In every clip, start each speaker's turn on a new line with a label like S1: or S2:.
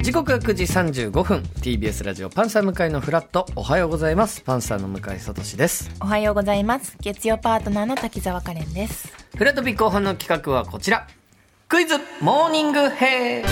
S1: 時刻は9時35分 TBS ラジオパンサー向井のフラットおはようございますパンサーの向井聡です
S2: おはようございます。月曜パートナーの滝沢カレンです。
S1: フラットビ後半の企画はこちらクイズモーニングヘイ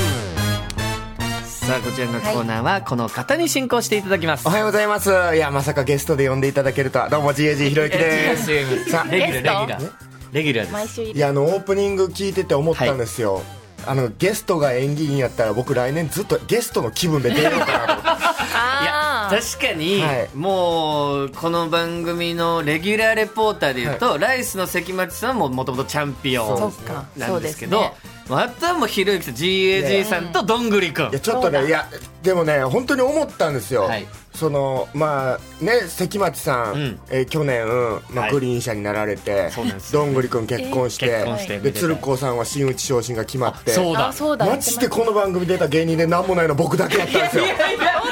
S1: さあこちらのコーナーはこの方に進行していただきます、
S3: おはようございます。いや、まさかゲストで呼んでいただけるとは。どうも、GAG ひろゆ きです。
S1: す
S3: さあ
S1: レギュ
S2: ゲスト
S1: ラーレギュラーレギュラー
S2: 毎
S1: です
S2: 週い
S3: い
S2: る。
S3: や、あの、オープニング聞いてて思ったんですよ。あの、ゲストが演技員やったら、僕来年ずっとゲストの気分で出ようかなと思って。
S1: いや
S2: あー
S1: 確かに、
S3: はい
S1: もうこの番組のレギュラーレポーターでいうと、ライスの関町さんももともとチャンピオ
S3: そ
S1: ン
S3: う
S2: そうか
S1: なんですけ
S2: そう
S1: ど
S2: で
S1: またもうひろゆきさん GAG さんとどんぐりくん
S3: いやちょっとねいやでもね本当に思ったんですよ、
S1: はい
S3: そのまあね関町さん、
S1: うん
S3: えー去年、ま
S1: は
S3: あ、
S1: い
S3: グリーン車になられて、
S1: そうなんですよ
S3: どんぐりくん結婚して,、
S1: 結婚してめ
S3: で
S1: でたい
S3: 鶴子さんは真打ち昇進が決まって
S1: そうだ
S2: あ、そうだ。
S3: マジでこの番組出た芸人で何もないの僕だけやったんですよ
S1: いや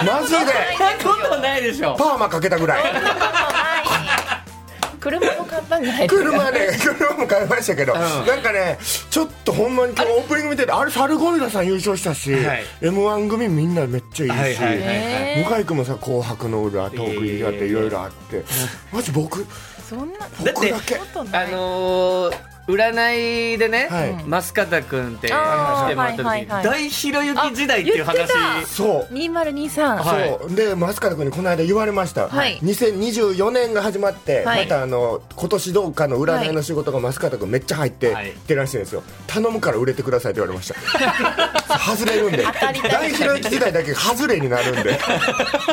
S3: マジで
S1: そんなことないでしょ
S3: パーマかけたぐらい
S2: 車も簡単じゃないですか。
S3: 車ね 車も買いましたけど、なんかねちょっとほんまにこのオープニング見ててあれサルゴリラさん優勝したし、
S1: はい
S3: m 1組みんなめっちゃいいし、
S1: はいはいはいはい
S2: え
S3: 向井君もさ「紅白」の裏トークにあっていろいろあってマジ僕
S2: ーそんな
S1: て
S3: 僕だけ
S2: ことな
S1: あ
S2: い。
S1: のー、占いでね、
S3: はい
S1: 増方君って来ても
S2: あー
S1: らった時、
S2: はいはいはい
S1: 大ひろゆき時代っていう
S2: あ
S1: 話
S2: 言って
S3: そう
S2: 2023。
S1: はい
S3: そうで松方君にこの間言われました、
S2: はい
S3: 2024年が始まって、
S2: はい
S3: またあの今年どうかの占いの仕事が松方君めっちゃ入って
S1: はい
S3: きてらしいんですよ頼むから売れてくださいって言われまし た外れるんで
S2: たりだ
S3: 大ひろゆき時代だけ外れになるん で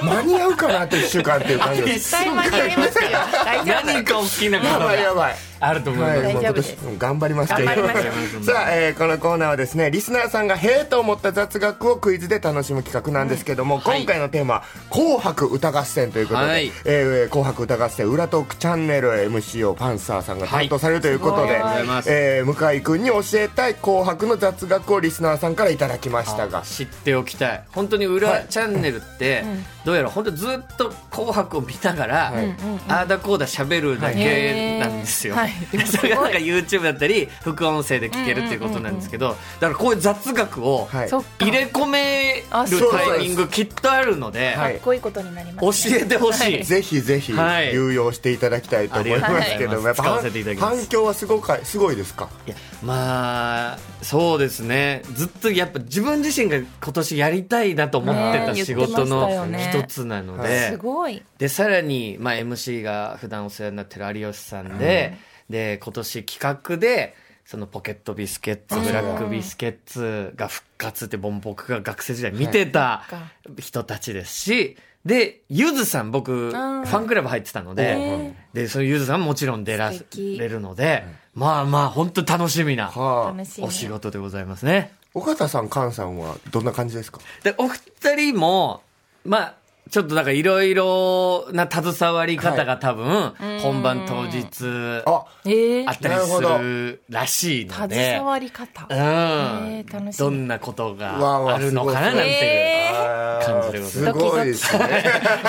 S3: 間に合うかなって1週間っていう感じ で
S2: 絶
S3: す
S2: 対間に合いますよ。大丈夫。
S1: 何か大きなこ
S3: や
S1: と
S3: ば い
S1: が
S3: やばい
S1: あると思いま
S3: はい
S1: す、
S2: 大
S3: もう
S2: 丈夫
S3: 今
S2: です
S3: 年うん頑張りますけど
S2: 頑張
S1: りましょう
S3: さあ、えーこのコーナーはですねリスナーさんが「へえ」と思った雑学をクイズで楽しむ企画なんですけども、
S1: はい
S3: 今回のテーマは「紅白歌合戦」ということで「
S1: はい
S3: えー紅白歌合戦裏トークチャンネル」MC をパンサーさんが担当されるということ
S1: は
S3: で、
S1: いすごいありがとうございます
S3: えー向井君に教えたい紅白の雑学をリスナーさんからいただきましたが
S1: 知っておきたい本当に裏、チャンネルって、どうやら本当ずっと「紅白」を見ながら、
S3: はいうん
S1: あーだこうだ喋るだけなんですよ、
S2: へーはいでもす
S1: そ
S2: ごい
S1: れがなんか YouTube だったり副音声で聞けるっていうことなんですけど、だからこういう雑学を
S3: はい
S2: そっか。
S1: 入れ込める
S2: あそう
S1: タイミングきっとあるので、
S3: は
S2: かっこいいことになります
S1: 教
S2: ね。
S1: えてほしい、
S3: ぜひぜひ
S1: はい
S3: 有用していただきたいと思いますけども、
S1: ありがとうございま
S3: やっぱ
S1: す使わせていただきます
S3: 反響はすごかすごいですか
S1: いやまあそうですねずっとやっぱ自分自身が今年やりたいなと思ってた
S2: ねえ
S1: 仕事
S2: 言って
S1: の
S2: ましたよ
S1: 一
S2: ね
S1: つなので、
S2: すごい。
S1: でさらに、まあ、MC が普段お世話になってる有吉さんで、で今年企画でそのポケットビスケッツ、
S3: うん
S1: ブラックビスケッツが復活ってぼん僕が学生時代見てた
S2: そっか
S1: 人たちですし、で、ゆずさん僕、ファンクラブ入ってたので
S2: へ、
S1: で、そのゆずさんももちろん出ら
S2: 素敵
S1: れるので、まあまあ本当楽しみな
S3: は
S2: 楽しいね。
S1: お仕事でございますね。
S3: 尾形さん菅さんはどんな感じですか
S1: で、お二人も、まあ、ちょっとなんかいろいろな携わり方が多分、本番当日あ
S3: あ
S2: えー
S1: ったりするらしいので
S2: 携、わり方
S1: う。
S2: えー
S1: ん
S2: 楽、しみ
S1: どんなこと
S3: わあわ
S1: が
S3: あ
S1: あるのかななんて
S2: えー
S1: 感じでござい
S3: す
S2: ます
S3: ごいですね。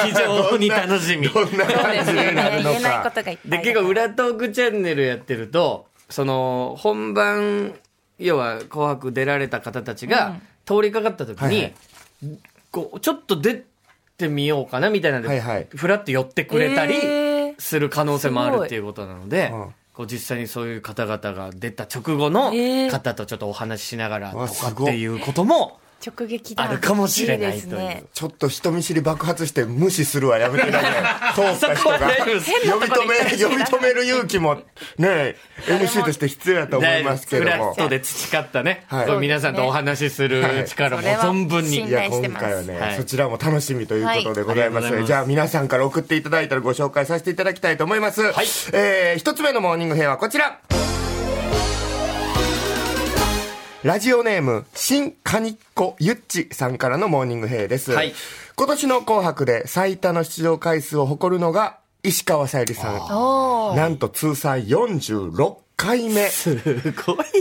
S1: いう、非常に楽しみ。
S3: どんな
S2: そうで
S3: 感
S2: す
S3: じ
S2: よね
S3: になるの
S2: 言えないこ
S3: か。
S2: とがいっぱい。
S1: で、結構、裏トークチャンネルやってると、その、本番、要は、紅白出られた方たちが、通りかかった時
S3: はいは
S1: に
S3: い、
S1: こう、ちょっと出てみようかな、みたいなん
S3: はいは
S1: で
S3: い、
S1: ふらっと寄ってくれたり、
S2: えー
S1: する可能性もあるっていうことなので
S3: うん、
S1: こう、実際にそういう方々が出た直後の
S2: えー
S1: 方とちょっとお話ししながらと
S3: わ
S1: か
S3: す
S1: っ
S3: ごい
S1: ていうことも、
S2: 直撃だ
S1: あるかもしれない
S2: ですね
S3: ちょっと人見知り爆発して無視するはやめてください。 通った人が
S1: そこは大丈夫です
S3: 呼び止め呼び止める勇気も ね MC として必要だと思いますけど
S1: フラ
S3: も
S1: ッ。トで培ったね、
S3: はい
S1: こう皆さんとお話しする力も存分に
S3: い
S2: 信。
S3: や
S2: 頼し
S3: 今
S2: てます
S3: 回はね、
S1: はい
S3: そちらも楽しみということでございます,、
S1: はいありがとうございます
S3: じゃあ皆さんから送っていただいたらご紹介させていただきたいと思います、
S1: はい
S3: えー一つ目のモーニング編はこちらラジオネーム、新カニッコゆっちさんからのモーニングヘイです。
S1: はい
S3: 今年の紅白で最多の出場回数を誇るのが石川さゆりさん。
S2: おー
S3: なんと通算46回目。
S1: すごいです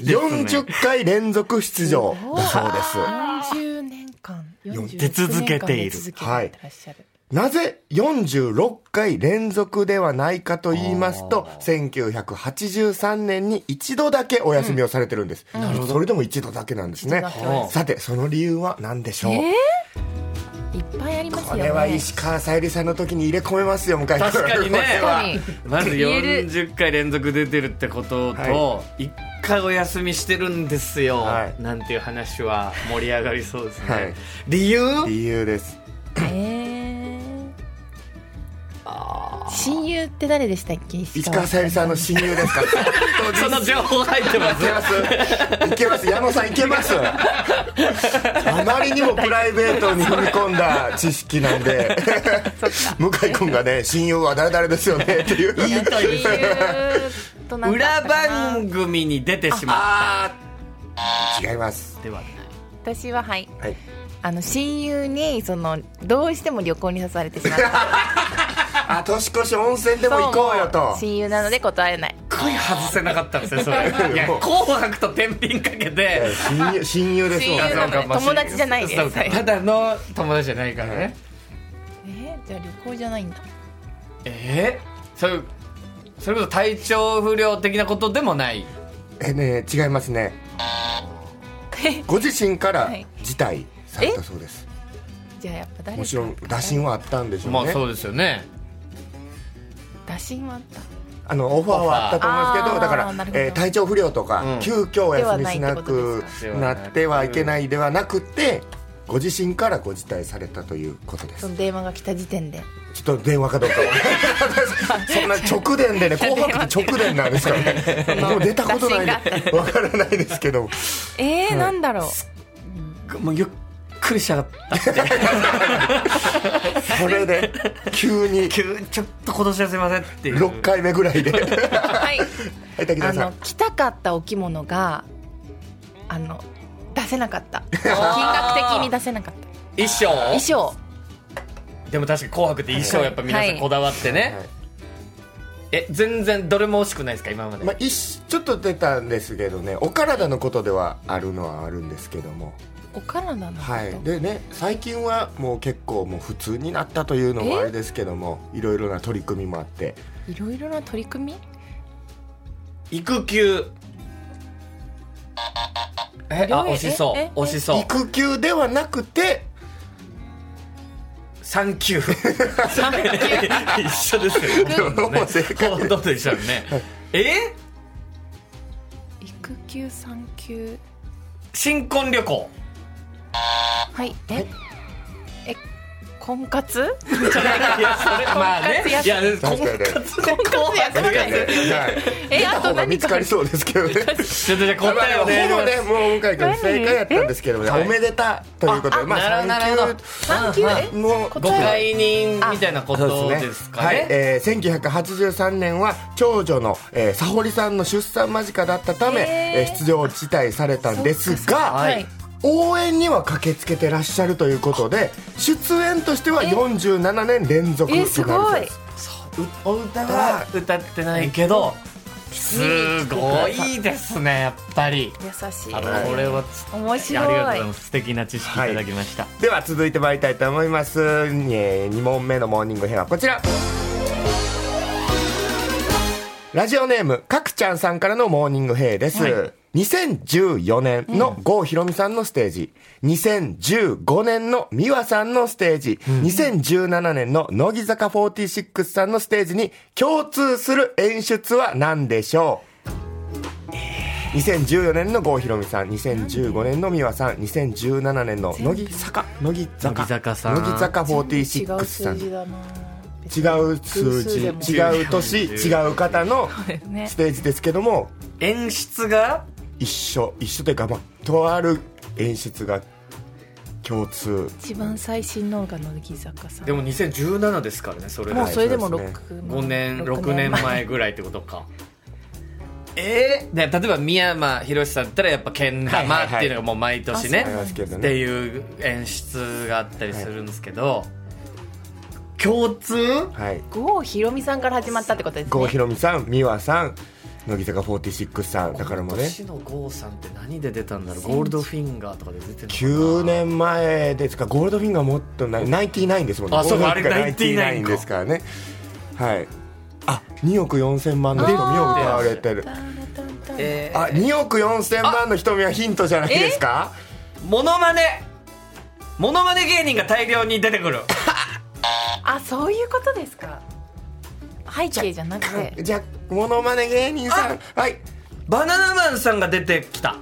S3: 40
S1: ね。
S3: 回連続出場だそうです。
S2: 40年間
S3: よん
S2: 46年間出続けていらっしゃる
S3: なぜ46回連続ではないかと言いますと、1983年に一度だけお休みをされてるんです。それでも一度だけなんです
S2: 一
S3: ね
S2: 度だけお
S1: 休み。
S3: さて、その理由は何でしょう、
S2: いっぱいありますよ
S3: こ
S2: ね
S3: れは石川さゆりさんの時に入れ込めますよ、向井君。
S1: 確かにね
S2: 確かに
S1: まず
S2: 言える
S1: 40回連続出てるってことと、
S3: は
S1: 1回お休みしてるんですよ、
S3: はい
S1: なんていう話は盛り上がりそうですね、
S3: はい
S1: 理由
S3: 理由です。
S2: えー親友って誰でしたっけ石
S3: 石川さゆりさんの親友ですか
S1: その情報入ってま
S3: いけますいけます矢野さんいけますあまりにもプライベートに踏み込んだ知識なんで向井君がね親友は誰々ですよねっていう
S1: いいと
S2: 親
S1: い
S2: 友
S1: う
S2: となんだ
S1: 裏
S2: ったかな
S1: 番組に出てしまっ
S3: あー違います
S1: たではない
S2: 私ははい
S3: はい
S2: あの親友にそのどうしても旅行に誘われてしまった
S3: あ年越し温泉でも行こうよと
S2: 親友なので断れない
S1: すっごい外せなかったんですよそれいや
S3: もう
S1: 紅白と天秤かけて
S3: えー親友親友ですもん
S2: 親友なので
S1: そうかまあ
S2: 友達じゃないです
S1: そうかただの友達じゃないからね、
S2: えー、じゃあ旅行じゃないんだ
S1: えー、それそれこそ体調不良的なことでもない
S3: えーね違いますねご自身から
S2: はい
S3: 辞退されたそうです
S2: じゃあやっぱ誰
S3: も
S2: か
S3: ちろん打診はあったんでしょうね、
S1: まあそうですよね
S2: 打診はあった
S3: あのオファーはあったと思うんですけ
S2: オ
S3: ど
S2: ファ
S3: だ
S2: ー
S3: か
S2: あ
S3: ら
S2: ーなる、ほど
S3: えー体調不良とか、
S1: うん
S3: 急遽お休みし
S2: ではない
S3: な
S2: ってこと
S3: く
S2: です
S1: か
S3: なってはいけないではなくてご自身からご辞退されたということです
S2: その電話が来た時点で
S3: ちょっと電話かどうか はそんな直電でね「紅白」って直電なんですからね
S2: 話
S3: もう出たことないん
S2: 打
S3: でわからないですけど
S2: えー、なんだろう
S1: もうゆっくりしやがった
S3: それで急に
S1: 急にちょっと今年はすいませんっていう
S3: 6回目ぐらいで
S2: はい
S3: はい滝
S2: あ
S3: 沢さ
S2: の
S3: ん
S2: 着たかったお着物があの出せなかった金額的に出せなかった
S1: 衣装
S2: 衣装
S1: でも確かに「紅白」って衣装やっぱ皆さんこだわってね、
S3: はい
S1: え全然どれも惜しくないですか今まで、
S3: まあ、一しちょっと出たんですけどねお体のことではあるのはあるんですけども
S2: お体のこと、
S3: はい、でね最近はもう結構もう普通になったというのも
S2: え
S3: あれですけどもいろいろな取り組みもあって
S2: いろいろな取り組み
S1: 育休えあ
S2: え
S1: 惜しそ
S2: ええ
S1: う惜しそう
S3: 育休ではなくて
S1: 産休 一緒ですよね
S3: 両方正解
S1: ほとんど一緒だねえ
S2: 育休産休
S1: 新婚旅行
S2: はいええ婚活
S1: いやそれまあね
S2: 婚活
S1: いや
S3: 確かにね
S2: 婚活や
S1: 婚活
S3: はい
S2: え
S3: 出
S2: あ
S3: た
S2: と
S3: 方が見
S2: 何
S3: つ
S2: か
S3: かりそうですけどね
S1: ちょっとじゃあ答えをね
S3: ほぼねもう向井君
S2: 何
S3: 正解やったんですけどね
S1: はい
S3: おめでたということでま
S1: なるほどなるほど
S2: 産休え
S3: 産休も
S1: 誤解人みたいなこ
S3: そう
S1: と
S3: ですね
S1: ですか
S3: はい
S1: ね
S3: えー1983年は長女の、えー、沙織さんの出産間近だったため、
S2: へー
S3: えー出場を辞退されたんですが、
S1: はい
S2: はい
S3: 応援には駆けつけてらっしゃるということで出演としては47年連続とな
S2: え
S3: る
S2: す
S3: そう
S2: ご
S3: で
S2: い
S3: す
S1: お歌は歌ってないけどすごいですねやっぱり
S2: 優しい
S1: あのこれはつ
S2: 面白い
S1: ありがとうございます素敵な知識いただきました、
S3: では続いてまいりたいと思います、え2問目のモーニング編はこちらラジオネームかくちゃんさんからのモーニング編です、2014年の郷ひろみさんのステージ、2015年の美和さんのステージ、2017年の乃木坂46さんのステージに共通する演出は何でしょう2014年の郷ひろみさん2015年の美和さん2017年の乃木坂乃木坂
S1: 乃木坂さん
S3: 乃木坂
S2: 違
S3: 46
S2: う
S3: さ
S2: 数
S3: ん
S2: 字だな
S3: 違う数字
S2: 偶数
S3: 違う年違う方の
S2: ね
S3: ステージですけども
S1: 演出が
S3: 一緒一緒というか、まあ、とある演出が共通
S2: 一番最新のが乃木坂さん
S1: でも2017ですからねそれ
S2: もう
S1: で
S2: それでも
S3: そうですね
S2: 6
S1: 5年6年前ぐらいってことかえー、で例えば宮山博さんだったらやっぱけん玉っていうのがもう毎年ね、
S3: ありますけど
S1: って
S3: ね
S1: いう演出があったりするんですけど、共通
S3: はい
S2: 郷ひろみさんから始まったってことですね
S3: 郷ひろみさん美和さん乃木坂46さんだからもう
S1: 今
S3: ね
S1: 年の郷さんって何で出たんだろうゴールドフィンガーとかで出てる
S3: 9年前ですかゴールドフィンガーもっとないナインティナインですもんね
S1: あそう
S3: ゴールドフィンガー
S1: あれ99
S3: 99ですからねはいあ2億4000万の瞳を歌われてる
S1: えー
S3: あ2億4000万の瞳はヒントじゃないですか
S1: モノマネモノマネ芸人が大量に出てくる
S2: あそういうことですか背景じゃなくて
S3: じゃあモノマネ芸人さんはい
S1: バナナマンさんが出てきた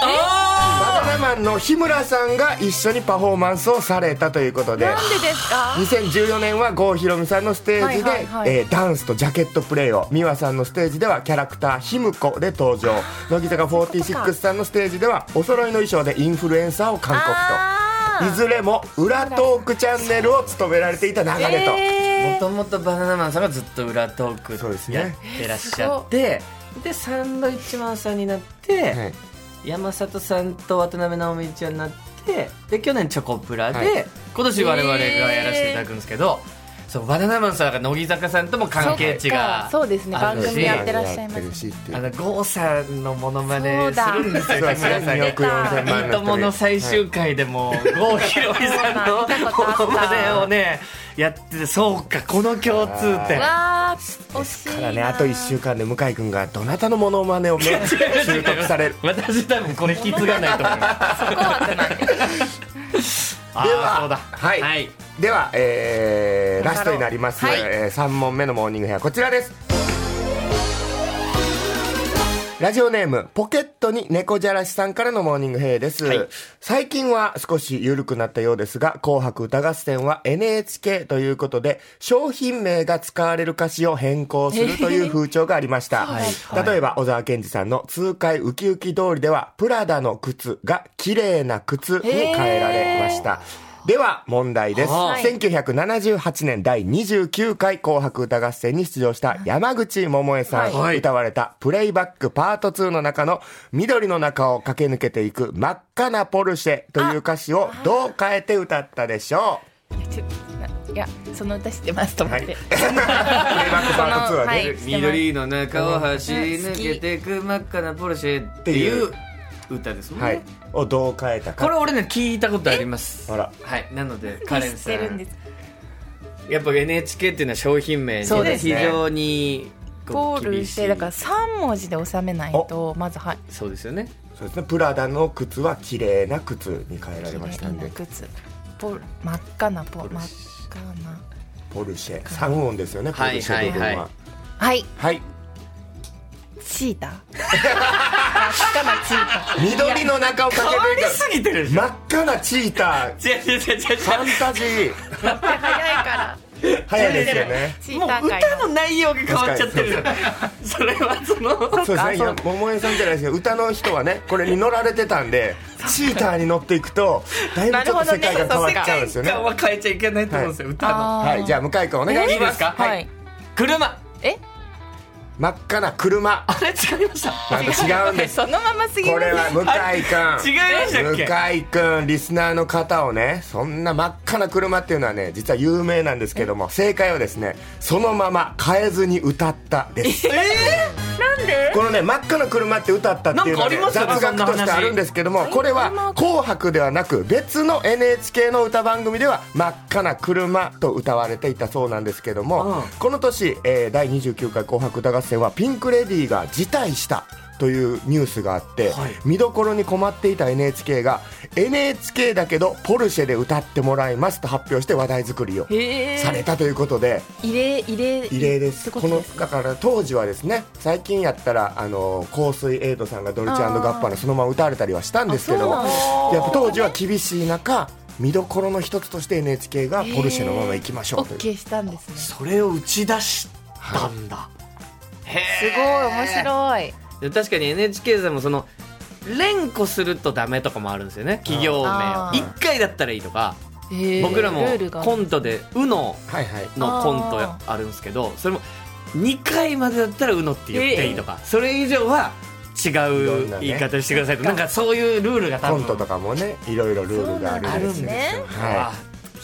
S3: バナナマンの日村さんが一緒にパフォーマンスをされたということで
S2: なんでですか
S3: 2014年は郷ひろみさんのステージで、
S2: はいはいはい
S3: えーダンスとジャケットプレイを美和さんのステージではキャラクターひむこで登場乃木坂46さんのステージではお揃いの衣装でインフルエンサーを韓国といずれも裏トークチャンネルを務められていた流れと、
S1: もともとバナナマンさんがずっと裏トー
S3: そうです
S1: ク
S3: ね
S1: やってらっしゃって、でサンドイッチマンさんになって、
S3: はい
S1: 山里さんと渡辺直美ちゃんになってで去年チョコプラで、
S3: はい
S1: 今年我々がやらせていただくんですけど、そうバナナマンさんが乃木坂さんとも関係値が
S2: そうかそうですね
S1: あるし
S2: 番組やってらっしゃいます
S3: やってるしっていう
S1: あの郷さんのモノマネ
S2: そう
S1: す
S2: だ
S1: るんですよ
S3: そう
S1: 木村さんが。
S3: 2
S1: い
S3: 億4000万
S1: いともの最終回でも郷ひろみさんのモノマネをねやっててそうかこの共通点
S2: わー惜しい
S3: か
S2: な
S3: らねあと1週間で向井君がどなたのモノマネをね習得される
S1: 私多分これ引き継がないと思う
S2: そこは合ってない
S1: あ
S3: で
S1: あ
S3: は
S1: そうだ
S3: はいでは、えーラストになります、
S2: はい
S3: え3問目のモーニングヘアこちらですラジオネームポケットに猫じゃらしさんからのモーニングヘアです、
S1: はい
S3: 最近は少し緩くなったようですが「紅白歌合戦」は NHK ということで商品名が使われる歌詞を変更するという風潮がありました、
S1: はい
S3: 例えば小沢健二さんの「痛快ウキウキ通り」では「プラダの靴」が「綺麗な靴」に変えられましたでは問題です、
S1: はい
S3: 1978年第29回紅白歌合戦に出場した山口百恵さん、
S1: はい
S3: 歌われたプレイバックパート2の中の緑の中を駆け抜けていく真っ赤なポルシェという歌詞をどう変えて歌ったでしょ
S2: ちょっとないやその歌知ってますと思 って、
S3: はいうプレイバックパート2はね、
S2: はい
S1: 緑の中を走り抜けていく真っ赤なポルシェっていう歌ですもんね、
S3: はいをどう変えた
S1: これ
S3: か
S1: 俺ね聞いたことあります
S3: あら
S1: はいなのでカレンさ
S2: 知ってるん
S1: ん
S2: です
S1: やっぱ NHK っていうのは商品名に
S2: そう
S1: ね
S2: です
S1: 非
S3: ね
S1: 常に
S2: ゴ
S1: こう
S2: ール
S1: 厳
S2: し
S1: してい
S2: だから三文字で収めないとまずはい
S1: そうですよね
S3: そうですねプラダの靴は綺麗な靴に変えら
S2: 綺
S3: れました
S2: 麗
S3: ん
S2: な
S3: で
S2: 靴ポル真っ赤なポ真っ赤な
S3: ポルシェ3音ですよねポ
S1: はい
S3: ルシェというのは
S1: は
S3: はいい、
S2: は
S1: はい
S2: い
S3: はい
S2: チーター真っ赤なチーター
S3: 緑の中を
S1: 変
S3: 駆
S1: わ
S3: け抜い
S1: り
S3: た
S1: すぎてるでしょ
S3: 真っ赤なチーター
S1: 違う違う違う違う
S3: ファンタジ
S2: 早
S3: ー
S2: いから
S3: 早いですよね
S2: チー
S1: も
S2: タ
S1: う
S2: ー界
S1: 歌の内容が変わっちゃってるそれはその
S3: そうですねい
S2: そ
S3: や
S2: う
S3: 桃江さんじゃないですけど歌の人はねこれに乗られてたんでチーターに乗っていくとだいぶちょっと世界が変わっちゃうんですよね
S1: 感は変えちゃいけないと思うんですよ、歌の
S2: あー
S3: はいじゃあ向井君お願いします
S1: いいですか
S2: はい、
S1: 車
S2: え
S3: 真っ赤な車
S1: あれ違いました
S3: なんか違うん です
S2: そのまますぎる
S3: これは向井
S1: 違い
S3: 君
S1: ましたっけ
S3: 向井君リスナーの方をねそんな真っ赤な車っていうのはね実は有名なんですけども正解はですねそのまま変えずに歌ったです
S1: え
S3: このね真っ赤な車って歌ったっていうのは、ね
S1: なん、かあり
S3: 雑
S1: ますよね
S3: 学としてあるんですけどもこれは「紅白」ではなく別の NHK の歌番組では「真っ赤な車」と歌われていたそうなんですけども、
S1: うん
S3: この年、えー第29回「紅白歌合戦」はピンク・レディーが辞退した。というニュースがあって、
S1: はい
S3: 見どころに困っていた NHK が NHK だけどポルシェで歌ってもらいますと発表して話題作りを
S2: へえ
S3: されたということで、
S2: 異例異例
S3: 異例で
S2: っ
S3: す
S2: て
S3: こ
S2: こと
S3: の
S2: です
S3: だから当時はですね最近やったらあの香水エイドさんがドルチェ
S2: あー
S3: ガッパーのそのまま歌われたりはしたんですけど
S2: あ
S3: や
S2: そ
S3: っぱ当時は厳しい中見どころの一つとして NHK がポルシェのまま行きましょ
S2: オ
S3: うと
S2: ッ
S3: いう、
S2: ケーしたんですねす
S1: それを打ち出したんだ、
S2: ごい面白い
S1: で確かに NHK さんもその連呼するとダメとかもあるんですよね企業名を
S2: あー
S1: 1回だったらいいとか
S2: へー
S1: 僕ら
S2: ル
S1: も
S2: ールがある
S1: コントで「うの
S3: はいはい
S1: のコントやあるんですけどそれも2回までだったら「うの」って言っていいとか、それ以上は違
S3: ろ
S1: うん
S3: なね
S1: 言い方してくださいとなんかそういうルールが多
S3: コ
S1: 分
S3: ントとかもねいろいろルールがある
S1: あ
S3: ん
S1: る
S3: で
S1: ん
S3: す
S1: ですよ、
S3: はい
S1: あ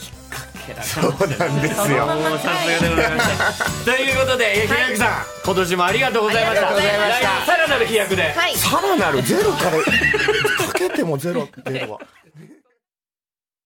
S1: 引っ掛けだ
S3: そうなんですよ。
S1: もうさすがでございましたということで、えー平役さん、今年もありがとうございました
S2: ありがとうございました
S1: 来年さらなる飛躍で、
S2: はい
S3: さらなるゼロから、かけてもゼロっていうのは。